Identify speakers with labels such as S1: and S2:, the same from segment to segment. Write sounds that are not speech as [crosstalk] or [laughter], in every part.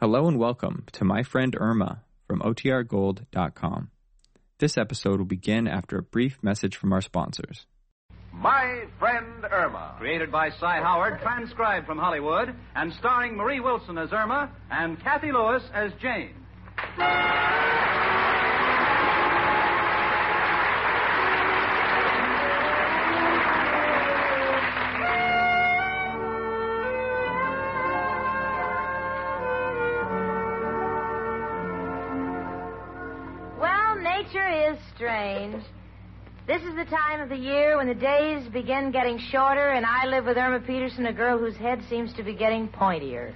S1: Hello and welcome to my friend Irma from OTRGold.com. This episode will begin after a brief message from our sponsors.
S2: My Friend Irma.
S3: Created by Cy Howard, transcribed from Hollywood, and starring Marie Wilson as Irma and Kathy Lewis as Jane.
S4: Well, nature is strange. This is the time of the year when the days begin getting shorter, and I live with Irma Peterson, a girl whose head seems to be getting pointier.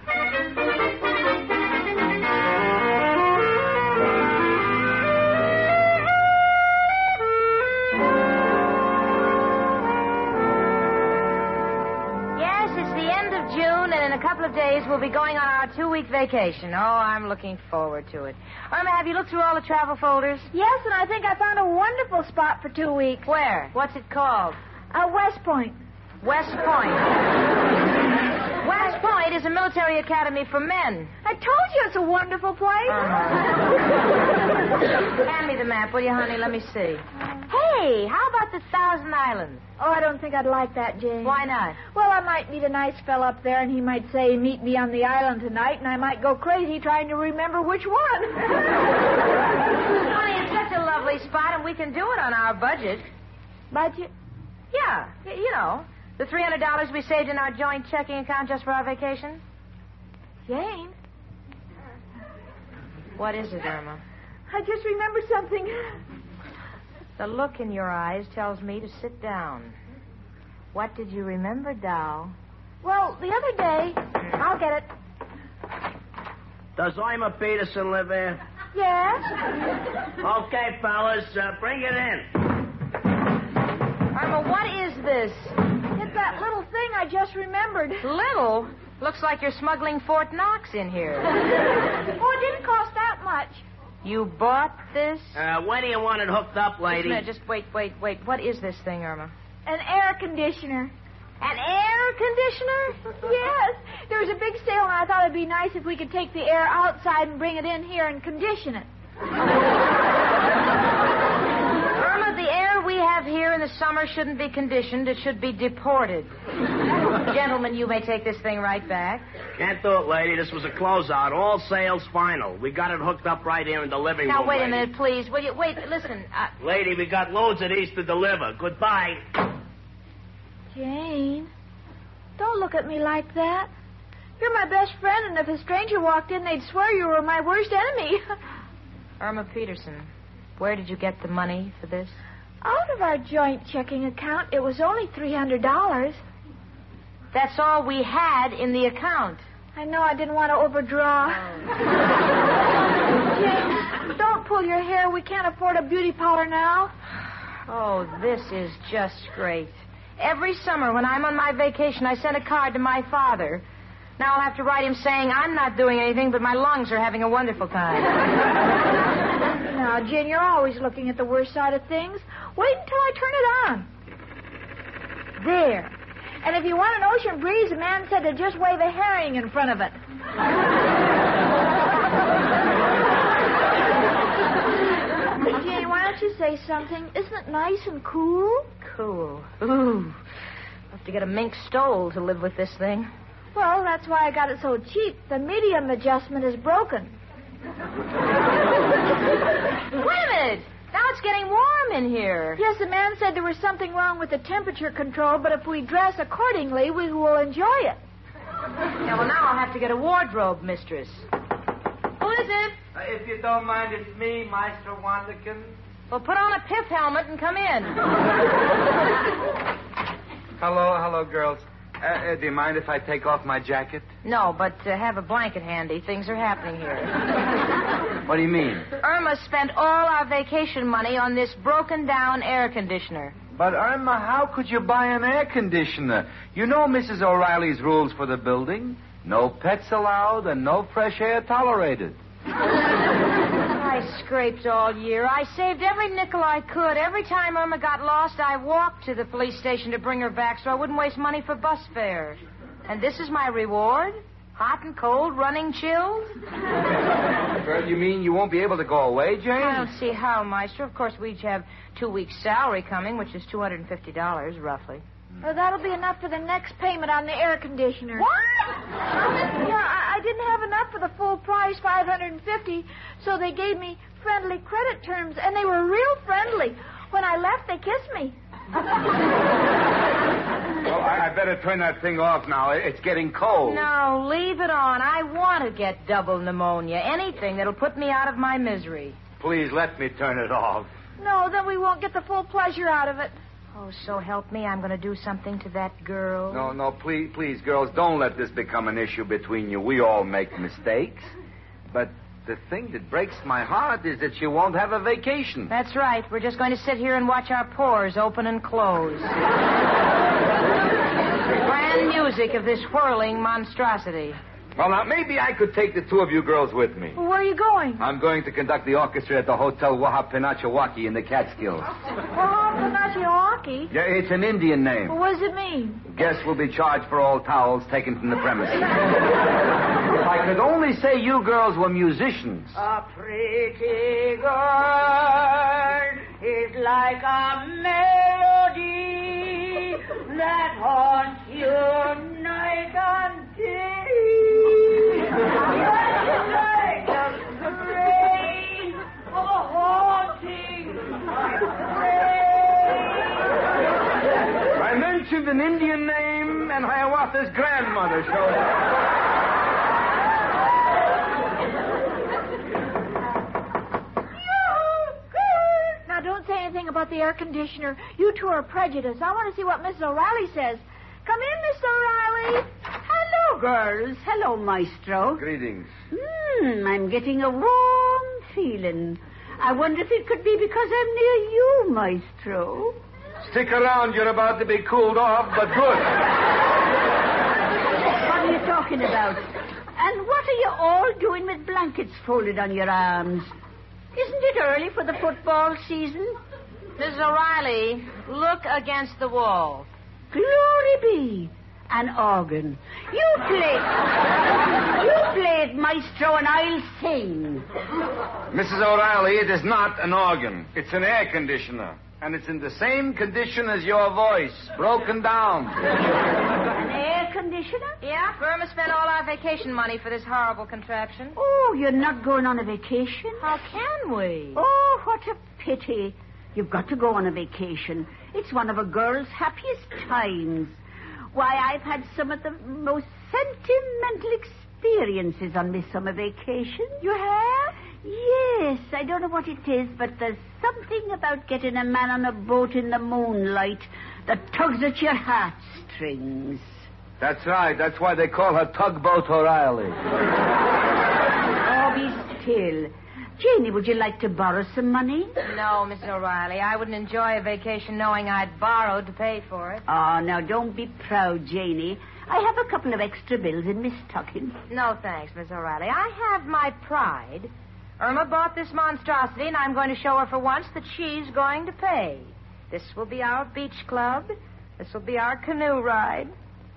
S4: Yes, it's the end of June, and in a couple of days we'll be going on our two week vacation. Oh, I'm looking forward to it. Irma, have you looked through all the travel folders?
S5: Yes, and I think I found a wonderful spot for two weeks.
S4: Where? What's it called?
S5: Uh, West Point.
S4: West Point. West Point is a military academy for men. Uh-huh.
S5: I told you it's a wonderful place.
S4: Hand me the map, will you, honey? Let me see. Hey, how about the Thousand Islands?
S5: Oh, I don't think I'd like that, Jane.
S4: Why not?
S5: Well, I might meet a nice fella up there, and he might say, meet me on the island tonight, and I might go crazy trying to remember which one.
S4: [laughs] Honey, it's such a lovely spot, and we can do it on our budget.
S5: but you...
S4: Yeah, y- you know, the $300 we saved in our joint checking account just for our vacation.
S5: Jane,
S4: What is it, Irma?
S5: I just remembered something.
S4: The look in your eyes tells me to sit down. What did you remember, Dow?
S5: Well, the other day... I'll get it.
S6: Does Ima Peterson live here?
S5: Yes?
S6: Okay, fellas, uh, bring it in.
S4: Irma, what is this?
S5: It's that little thing I just remembered.
S4: Little? Looks like you're smuggling Fort Knox in
S5: [laughs]
S4: here.
S5: Oh, it didn't cost that much.
S4: You bought this?
S6: Uh, where do you want it hooked up,
S4: Just a
S6: lady?
S4: minute, just wait, wait, wait. What is this thing, Irma?
S5: An air conditioner.
S4: An air conditioner? [laughs]
S5: Yes. There was a big sale, and I thought it'd be nice if we could take the air outside and bring it in here and condition it.
S4: [laughs] Irma, the air we have here in the summer shouldn't be conditioned. It should be deported.
S5: [laughs]
S4: Gentlemen, you may take this thing right back.
S6: Can't do it, lady. This was a closeout. All sales final. We got it hooked up right here in the living
S4: Now,
S6: room.
S4: wait a
S6: lady.
S4: minute, please. Will you wait? Listen, uh,
S6: Lady, we got loads of these to deliver. Goodbye.
S5: Jane, don't look at me like that. You're my best friend, and if a stranger walked in, they'd swear you were my worst enemy.
S4: Irma Peterson, where did you get the money for this?
S5: Out of our joint checking account, it was only $300.
S4: That's all we had in the account.
S5: I know I didn't want to overdraw. Jane, don't pull your hair. We can't afford a beauty parlor now.
S4: Oh, this is just great. Every summer when I'm on my vacation, I send a card to my father. Now I'll have to write him saying I'm not doing anything, but my lungs are having a wonderful time.
S5: [laughs] Now, Jane, you're always looking at the worst side of things. Wait until I turn it on. There. And if you want an ocean breeze, a man said to just wave a herring in front of it. Jane, why don't you say something? Isn't it nice and cool?
S4: Cool. Ooh. I'll have to get a mink stole to live with this thing.
S5: Well, that's why I got it so cheap. The medium adjustment is broken.
S4: Wait a minute! Now it's getting warm in here.
S5: Yes, the man said there was something wrong with the temperature control, but if we dress accordingly, we will enjoy it.
S4: Yeah, well, now I'll have to get a wardrobe mistress. Who is it?
S7: Uh, if you don't mind, it's me, Maestro Wanderkin.
S4: Well, put on a pith helmet and come in.
S7: Hello, hello, girls. Uh, uh, do you mind if I take off my jacket?
S4: [laughs] No, but uh, have a blanket handy. Things are happening here.
S7: What do you mean?
S4: Irma spent all our vacation money on this broken down air conditioner.
S7: But Irma, how could you buy an air conditioner? You know Mrs. O'Reilly's rules for the building: no pets allowed and no fresh air tolerated.
S4: I scraped all year. I saved every nickel I could. Every time Irma got lost, I walked to the police station to bring her back so I wouldn't waste money for bus fare. And this is my reward? Hot and cold, running chills?
S7: Well, you mean you won't be able to go away, Jane?
S4: I don't see how, Maestro. Of course, we each have two weeks' salary coming, which is $250, roughly.
S5: Well, that'll be enough for the next payment on the air conditioner.
S4: What?
S5: Yeah, I, I didn't have enough for the full price, five hundred and fifty, so they gave me friendly credit terms, and they were real friendly. When I left, they kissed me.
S7: Well, I, I better turn that thing off now. It- It's getting cold.
S4: No, leave it on. I want to get double pneumonia. Anything that'll put me out of my misery.
S7: Please let me turn it off.
S5: No, then we won't get the full pleasure out of it.
S4: Oh, so help me, I'm going to do something to that girl.
S7: No, no, please, please, girls, don't let this become an issue between you. We all make mistakes. But the thing that breaks my heart is that you won't have a vacation.
S4: That's right. We're just going to sit here and watch our pores open and close. Grand music of this whirling monstrosity.
S7: Well, now, maybe I could take the two of you girls with me.
S5: Well, where are you going?
S7: I'm going to conduct the orchestra at the Hotel Wahapenachawaki in the Catskills.
S5: Wahapanachewaki?
S7: Yeah, it's an Indian name.
S5: What does it mean?
S7: Guests will be charged for all towels taken from the premises. if I could only say you girls were musicians.
S8: A pretty girl is like a melody that haunts you night and day. Just like a strain, a haunting strain.
S7: I mentioned an Indian name, and Hiawatha's grandmother showed up.
S5: Now, don't say anything about the air conditioner. You two are prejudiced. I want to see what Mrs. O'Reilly says. Come in, Mr. O'Reilly.
S8: Hello, girls. Hello, maestro.
S7: Greetings.
S8: Hmm, I'm getting a warm feeling. I wonder if it could be because I'm near you, Maestro.
S7: Stick around. You're about to be cooled off, but good.
S8: What are you talking about? And what are you all doing with blankets folded on your arms? Isn't it early for the football season?
S4: Mrs. O'Reilly, look against the wall.
S8: Glory be. An organ. You play. You play it, Maestro, and I'll sing.
S7: Mrs. O'Reilly, it is not an organ. It's an air conditioner. And it's in the same condition as your voice, broken down.
S8: An air conditioner?
S4: Yeah? Burma spent all our vacation money for this horrible contraption.
S8: Oh, you're not going on a vacation?
S4: How can we?
S8: Oh, what a pity. You've got to go on a vacation. It's one of a girl's happiest times. Why, I've had some of the most sentimental experiences on this summer vacation. You have? Yes. I don't know what it is, but there's something about getting a man on a boat in the moonlight that tugs at your heartstrings.
S7: That's right. That's why they call her Tugboat O'Reilly.
S8: Oh, be still. Janie, would you like to borrow some money?
S4: No, Mrs. O'Reilly, I wouldn't enjoy a vacation knowing I'd borrowed to pay for it.
S8: Oh, now don't be proud, Janie. I have a couple of extra bills in Miss Tuckin.
S4: No, thanks, Miss O'Reilly. I have my pride. Irma bought this monstrosity, and I'm going to show her for once that she's going to pay. This will be our beach club. This will be our canoe ride.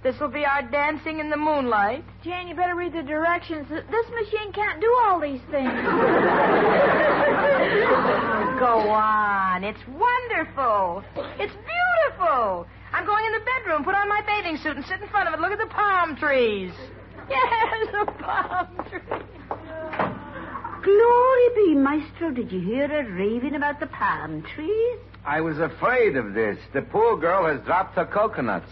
S4: This will be our dancing in the moonlight.
S5: Jane, you better read the directions. Th- This machine can't do all these things.
S4: [laughs] Go on. It's wonderful. It's beautiful. I'm going in the bedroom, put on my bathing suit, and sit in front of it. Look at the palm trees. Yes, the palm trees.
S8: Glory be, Maestro, did you hear her raving about the palm trees?
S7: I was afraid of this. The poor girl has dropped her coconuts.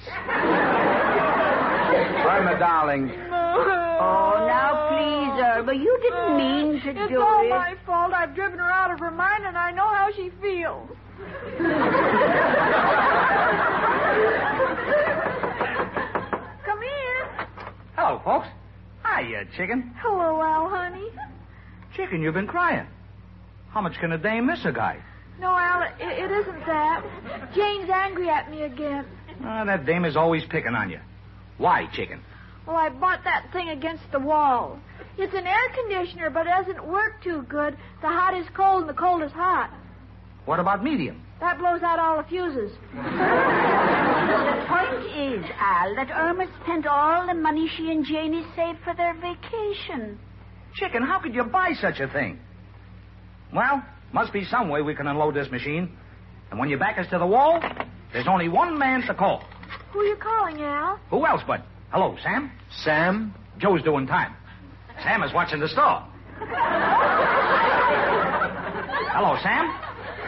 S7: Burma, darling.
S8: Oh, now please, Irma, you didn't mean to
S5: It's
S8: do
S5: all
S8: it.
S5: my fault. I've driven her out of her mind, and I know how she feels. Come in.
S3: Hello, folks. Hiya, chicken.
S5: Hello, Al, honey.
S3: Chicken, you've been crying. How much can a dame miss a guy?
S5: No, Al, it, it isn't that. Jane's angry at me again.
S3: Ah, that dame is always picking on you. Why, chicken?
S5: Well, Oh, I bought that thing against the wall. It's an air conditioner, but it doesn't work too good. The hot is cold and the cold is hot.
S3: What about medium?
S5: That blows out all the fuses.
S8: The point is, Al, that Irma spent all the money she and Janie saved for their vacation.
S3: Chicken, how could you buy such a thing? Well, must be some way we can unload this machine. And when your back is to the wall, there's only one man to call.
S5: Who are you calling, Al?
S3: Who else but? Hello, Sam?
S7: Sam?
S3: Joe's doing time. Sam is watching the store. Hello, Sam.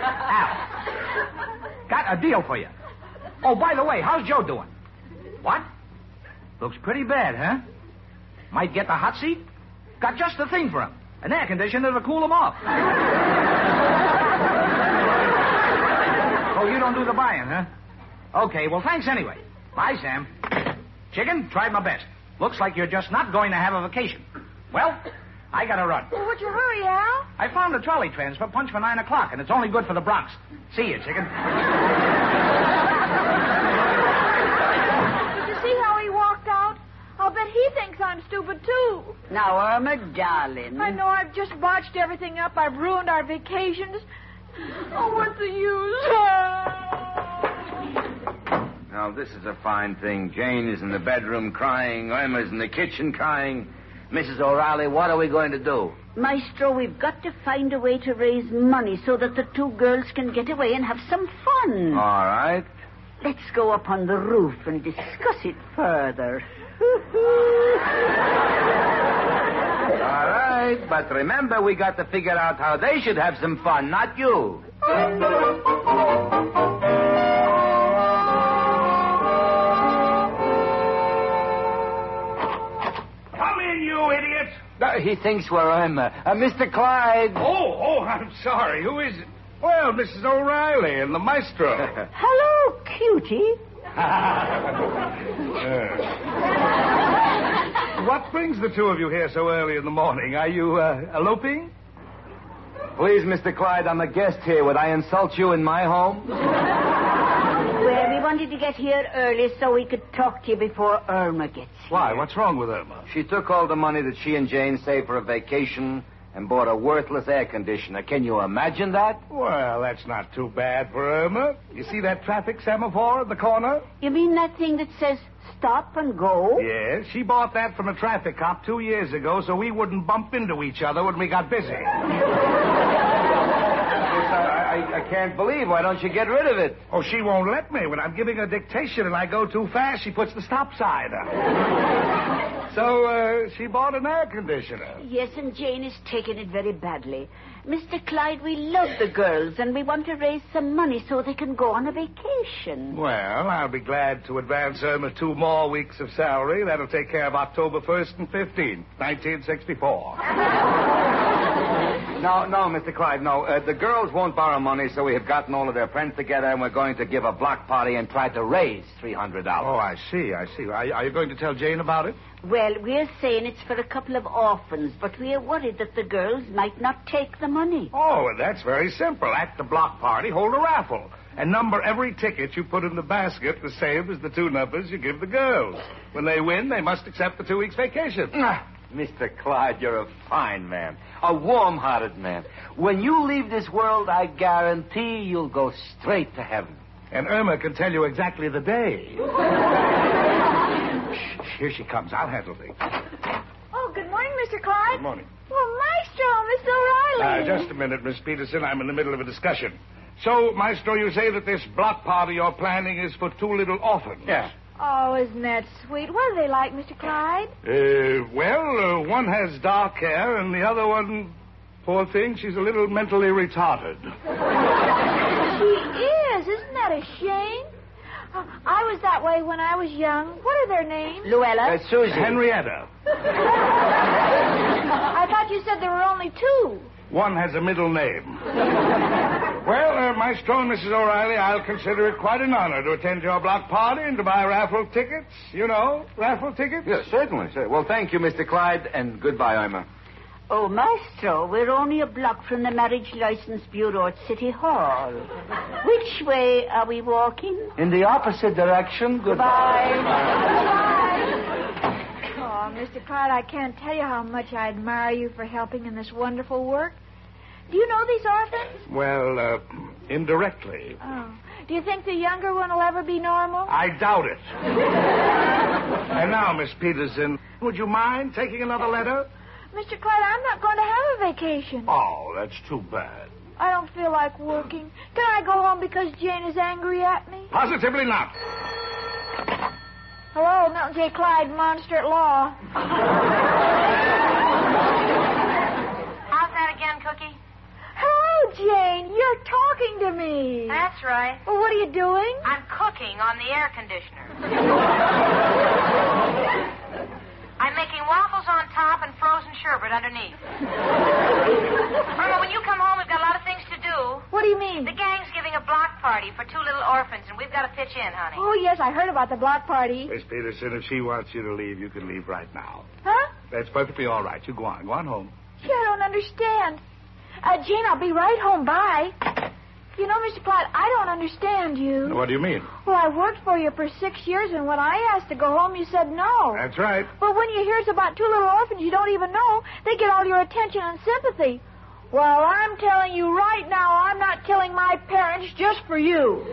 S3: Al. Got a deal for you. Oh, by the way, how's Joe doing? What? Looks pretty bad, huh? Might get the hot seat? Got just the thing for him. An air conditioner to cool him off. oh, you don't do the buying, huh? Okay, well, thanks anyway. Bye, Sam. Chicken, tried my best. Looks like you're just not going to have a vacation. Well, I gotta run.
S5: Well, would you hurry, Al?
S3: I found a trolley transfer punch for nine o'clock, and it's only good for the Bronx. See you, chicken.
S5: Did you see how he walked out? I'll bet he thinks I'm stupid, too.
S8: Now, Irma, darling.
S5: I know I've just botched everything up. I've ruined our vacations. Oh, what's the [laughs] use?
S7: Now, this is a fine thing. Jane is in the bedroom crying. Irma's in the kitchen crying. Mrs. O'Reilly, what are we going to do?
S8: Maestro, we've got to find a way to raise money so that the two girls can get away and have some fun.
S7: All right.
S8: Let's go up on the roof and discuss it further. [laughs]
S7: All right. But remember, we got to figure out how they should have some fun, not you.
S6: Come in, you idiots!
S7: he thinks we're Irma. Uh, Mr. Clyde.
S2: Oh, oh, I'm sorry. Who is it? Well, Mrs. O'Reilly and the maestro.
S7: [laughs]
S2: Uh,
S8: Hello, cutie.
S2: what brings the two of you here so early in the morning? Are you uh, eloping?
S7: Please, Mr. Clyde, I'm a guest here. Would I insult you in my home?
S8: Well, we wanted to get here early so we could talk to you before Irma gets here.
S2: Why? What's wrong with Irma?
S7: She took all the money that she and Jane saved for a vacation and bought a worthless air conditioner. Can you imagine that?
S2: Well, that's not too bad for Irma. You see that traffic semaphore at the corner?
S8: You mean that thing that says stop and go?
S2: Yes, she bought that from a traffic cop two years ago so we wouldn't bump into each other when we got busy.
S7: I, I, I can't believe. Why don't you get rid of it?
S2: Oh, she won't let me. When I'm giving her dictation and I go too fast, she puts the stop sign up. so uh, she bought an air conditioner.
S8: Yes, and Jane is taking it very badly. Mr. Clyde, we love the girls and we want to raise some money so they can go on a vacation.
S2: Well, I'll be glad to advance Irma two more weeks of salary. That'll take care of October 1st and 15th, 1964.
S7: No, no, Mr. Clyde, no. Uh, the girls won't borrow money, so we have gotten all of their friends together and we're going to give a block party and try to raise $300.
S2: Oh, I see, I see. Are, are you going to tell Jane about it?
S8: Well, we're saying it's for a couple of orphans, but we are worried that the girls might not take the money.
S2: Oh, well, that's very simple. At the block party, hold a raffle and number every ticket you put in the basket the same as the two numbers you give the girls. When they win, they must accept the two weeks vacation.
S7: Ah, Mr. Clyde, you're a fine man, a warm hearted man. When you leave this world, I guarantee you'll go straight to heaven.
S2: And Irma can tell you exactly the
S7: [laughs]
S2: day. Shh, shh, Here she comes. I'll handle things.
S5: Oh, good morning, Mr. Clyde.
S2: Good morning.
S5: Well, Maestro, Mr.
S2: Uh,
S5: O'Reilly.
S2: just a minute, Miss Peterson. I'm in the middle of a discussion. So, Maestro, you say that this block party you're planning is for two little orphans.
S7: Yeah.
S5: Oh, isn't that sweet? What are they like, Mr. Clyde?
S2: Uh, well, uh, one has dark hair, and the other one, poor thing, she's a little mentally retarded.
S5: She is. Isn't that a shame? Uh, I was that way when I was young. What are their names?
S8: Luella?
S7: Uh, Susie.
S2: Henrietta.
S5: I thought you said there were only two.
S2: One has a middle name.
S7: [laughs]
S2: well, uh, Maestro and Mrs. O'Reilly, I'll consider it quite an honor to attend your block party and to buy raffle tickets. You know, raffle tickets.
S7: Yes, certainly, sir. Well, thank you, Mr. Clyde, and goodbye, Irma.
S8: Oh, Maestro, we're only a block from the Marriage License Bureau at City Hall. Which way are we walking?
S7: In the opposite direction, goodbye.
S5: Oh, Mr. Clyde, I can't tell you how much I admire you for helping in this wonderful work. Do you know these orphans?
S2: Well, uh, indirectly.
S5: Oh. Do you think the younger one will ever be normal?
S2: I doubt it. and now, Miss Peterson, would you mind taking another letter?
S5: Mr. Clyde, I'm not going to have a vacation.
S2: Oh, that's too bad.
S5: I don't feel like working. Can I go home because Jane is angry at me?
S2: Positively not.
S5: Hello, Milton J. Clyde, monster at law.
S4: How's that again, Cookie?
S5: Hello, Jane. You're talking to me.
S4: That's right.
S5: Well, what are you doing?
S4: I'm cooking on the air [laughs] conditioner. I'm making waffles on top and frozen sherbet underneath. Irma, when you come home, we've got a lot of things to do.
S5: What do you mean?
S4: The gang's giving a block party for two little orphans, and we've got to pitch in, honey.
S5: Oh, yes, I heard about the block party.
S2: Miss Peterson, if she wants you to leave, you can leave right now.
S5: Huh?
S2: That's perfectly all right. You go on. Go on home.
S5: Gee, I don't understand. Uh, Jane, I'll be right home. Bye. You know, Mr. Platt, I don't understand you.
S2: What do you mean?
S5: Well, I worked for you for six years, and when I asked to go home, you said no.
S2: That's right.
S5: But when you hear it's about two little orphans you don't even know, they get all your attention and sympathy. Well, I'm telling you right now, I'm not killing my parents just for you.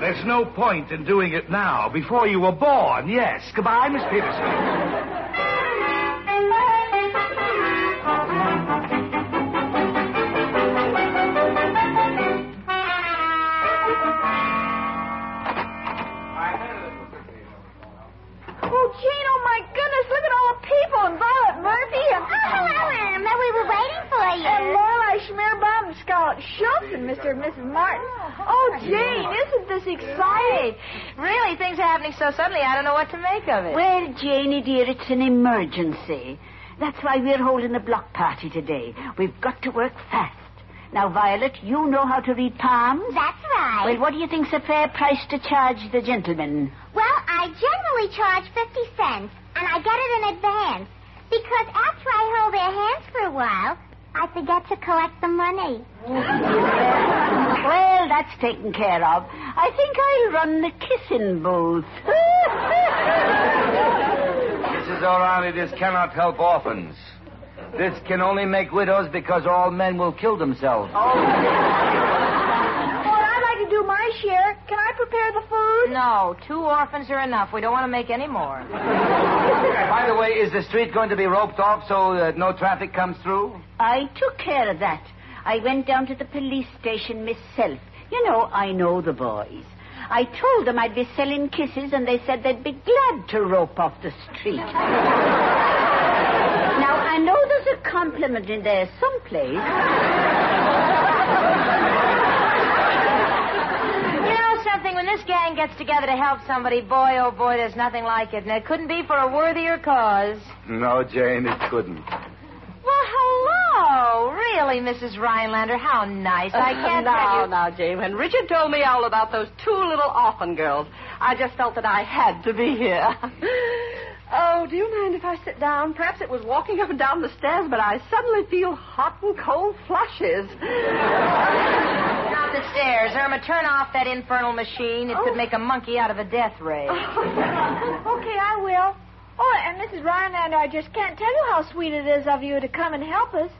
S2: There's no point in doing it now, before you were born, yes. Goodbye, Miss Peterson.
S5: Oh, Jane, oh my goodness, look at all the people and Violet Murphy and... Oh, hello, Irma. We were waiting for you. And Lorelei Schmierbaum and Scarlett Schultz and Mr. and Mrs. Martin. Oh, Jane, isn't this exciting?
S4: Really, things are happening so suddenly, I don't know what to make of it.
S8: Well, Janie, dear, it's an emergency. That's why we're holding a block party today. We've got to work fast. Now, Violet, you know how to read palms.
S9: That's right.
S8: Well, what do you think's a fair price to charge the gentleman?
S9: Well, I generally charge 50 cents, and I get it in advance. Because after I hold their hands for a while, I forget to collect the money.
S8: Well, that's taken care of. I think I'll run the kissing booth.
S7: Mrs. O'Reilly, this cannot help orphans. This can only make widows because all men will kill themselves.
S5: Well, I'd like to do my share. Can I prepare the food?
S4: No, two orphans are enough. We don't want to make any more.
S7: By the way, is the street going to be roped off so that no traffic comes through?
S8: [laughs] I took care of that. I went down to the police station myself. You know, I know the boys. I told them I'd be selling kisses, and they said they'd be glad to rope off the street. [laughs] now, I know there's a compliment in there someplace.
S4: You know something? When this gang gets together to help somebody, boy, oh boy, there's nothing like it. And it couldn't be for a worthier cause.
S7: No, Jane, it couldn't.
S4: Well, hello. Really, Mrs. Rhinelander, how nice.
S8: [laughs]
S4: I can't
S10: now,
S4: tell you.
S10: now, Jane. When Richard told me all about those two little orphan girls, I just felt that I had to be here. [laughs] oh, do you mind if I sit down? Perhaps it was walking up and down the stairs, but I suddenly feel hot and cold flushes.
S4: Not the stairs. Irma, turn off that infernal machine. It
S8: Oh.
S4: could make a monkey out of a death ray.
S5: [laughs] Okay, I will. Oh, and Mrs. Rhinelander, I just can't tell you how sweet it is of you to come and help us.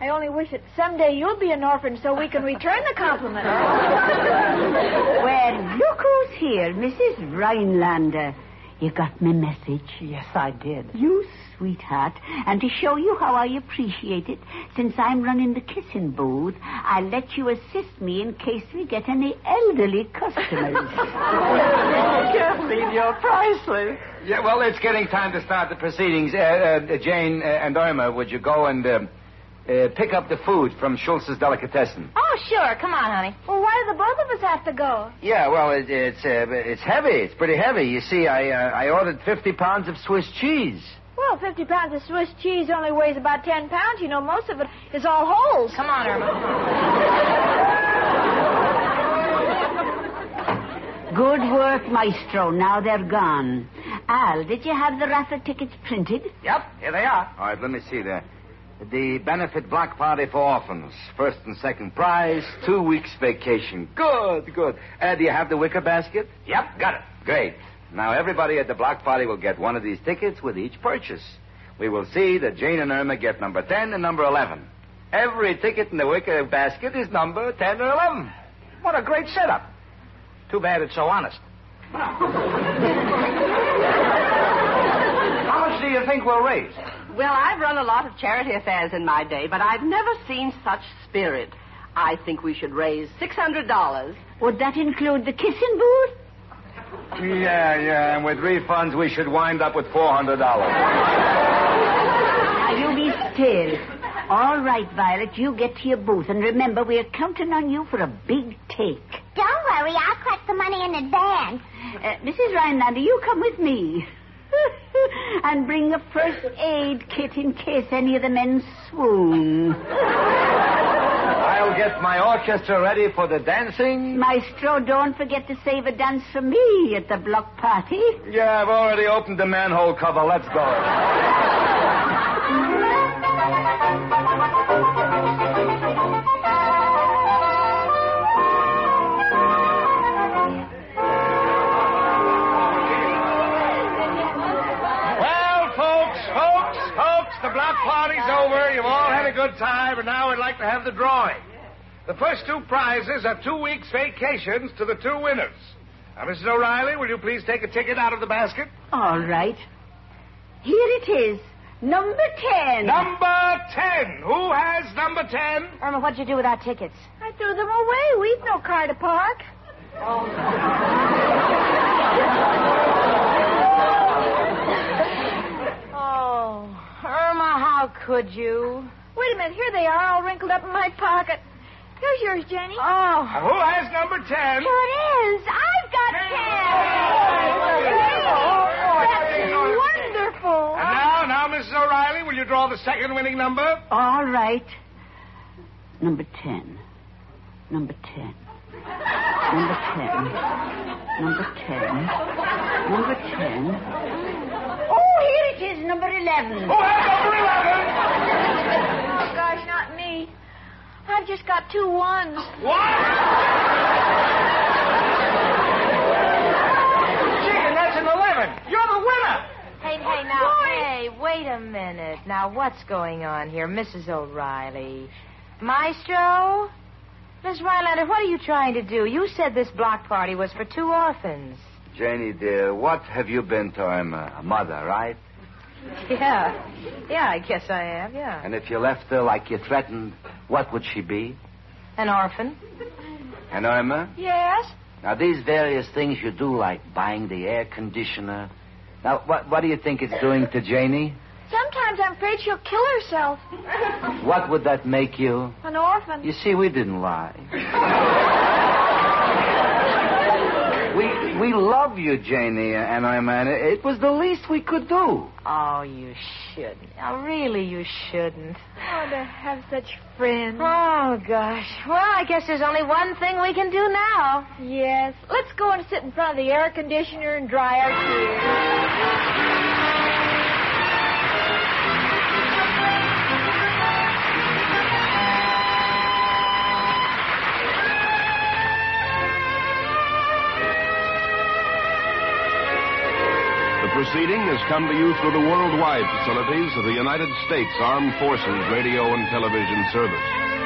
S5: I only wish that someday you'll be an orphan so we can return the [laughs] compliment.
S8: Well, look who's here, Mrs. Rhinelander. You got my message? Yes, I did. You sweetheart. And to show you how I appreciate it, since I'm running the kissing booth, I'll let you assist me in case we get any elderly
S11: [laughs]
S8: customers.
S10: Kathleen, you're priceless.
S7: Yeah, well, it's getting time to start the proceedings. Uh, uh, Jane uh, and Irma, would you go and uh, uh, pick up the food from Schultz's Delicatessen?
S4: Oh, sure. Come on, honey.
S5: well, why do the both of us have to go?
S7: Yeah, well, it, it's uh, it's heavy. It's pretty heavy. You see, I uh, I ordered fifty pounds of Swiss cheese.
S5: Well, 50 pounds of Swiss cheese only weighs about 10 pounds. You know, most of it is all holes.
S4: Come on, Irma.
S8: Good work, maestro. Now they're gone. Al, did you have the raffle tickets printed?
S6: Yep, here they are.
S7: All right, let me see there. The benefit block party for orphans. First and second prize, two weeks vacation. Good, good. Uh, do you have the wicker basket?
S6: Yep, got it.
S7: Great. Now everybody at the block party will get one of these tickets with each purchase.
S3: We will see that Jane and Irma get number 10 and number 11. Every ticket in the wicker basket is number 10 or 11.
S12: What a great setup. Too bad it's so honest. How much do you think we'll raise?
S11: Well, I've run a lot of charity affairs in my day, but I've never seen such spirit. I think we should raise $600.
S8: Would that include the kissing booth?
S3: Yeah, yeah, and with refunds, we should wind up with $400.
S8: Now, you be still. All right, Violet, you get to your booth, and remember, we are counting on you for a big take.
S9: Don't worry, I'll collect the money in advance.
S8: Uh, Mrs. Rhinelander, you come with me. [laughs] and bring a first aid kit in case any of the men swoon.
S3: I'll get my orchestra ready for the dancing.
S8: Maestro, don't forget to save a dance for me at the block party.
S3: Yeah, I've already opened the manhole cover. Let's go.
S7: Well, folks, folks, folks, the block party's over. You've all had a good time, and now we'd like to have the drawing. The first two prizes are two weeks' vacations to the two winners. Now, Mrs. O'Reilly, will you please take a ticket out of the basket?
S8: All right. Here it is. Number ten.
S7: Number 10. Who has number 10?
S4: Irma, what'd you do with our tickets?
S5: I threw them away. We've no car to park.
S4: Oh, Irma, how could you?
S5: Wait a minute. Here they are, all wrinkled up in my pocket. Here's yours, Jenny.
S4: Oh,
S7: Now, who has number 10?
S5: Here it is. I've got ten.
S4: Oh,
S5: That's wonderful.
S7: And now, now, Mrs. O'Reilly, will you draw the second winning number?
S8: All right. Number ten. Number ten. Number ten. Number ten. Number ten. Oh, here it is, number eleven.
S7: Who has number
S5: Oh, gosh, not me. I've just got two ones.
S7: 11? What?
S12: Gee, and that's an 11. You're the winner.
S4: hey, hey, now, hey, wait a minute. Now, what's going on here, Mrs. O'Reilly? Maestro? Miss Rylander, what are you trying to do? You said this block party was for two orphans.
S3: Janie, dear, what have you been to Irma? A mother, right?
S4: Yeah. Yeah, I guess I am, yeah.
S3: And if you left her like you threatened, what would she be?
S4: An orphan?
S3: And Irma?
S5: Yes?
S3: Now, these various things you do, like buying the air conditioner. Now, what, what do you think it's doing to Janie?
S5: Sometimes I'm afraid she'll kill herself.
S3: What would that make you?
S5: [laughs] An orphan.
S3: You see, we didn't lie. we, we love you, Janie and Irma, and it was the least we could do.
S4: Oh, you shouldn't. Oh, really, you shouldn't.
S5: Oh, to have such friends.
S4: Oh, gosh. Well, I guess there's only one thing we can do now.
S5: Yes. Let's go and sit in front of the air conditioner and dry our tears.
S13: The proceeding has come to you through the worldwide facilities of the United States Armed Forces Radio and Television Service.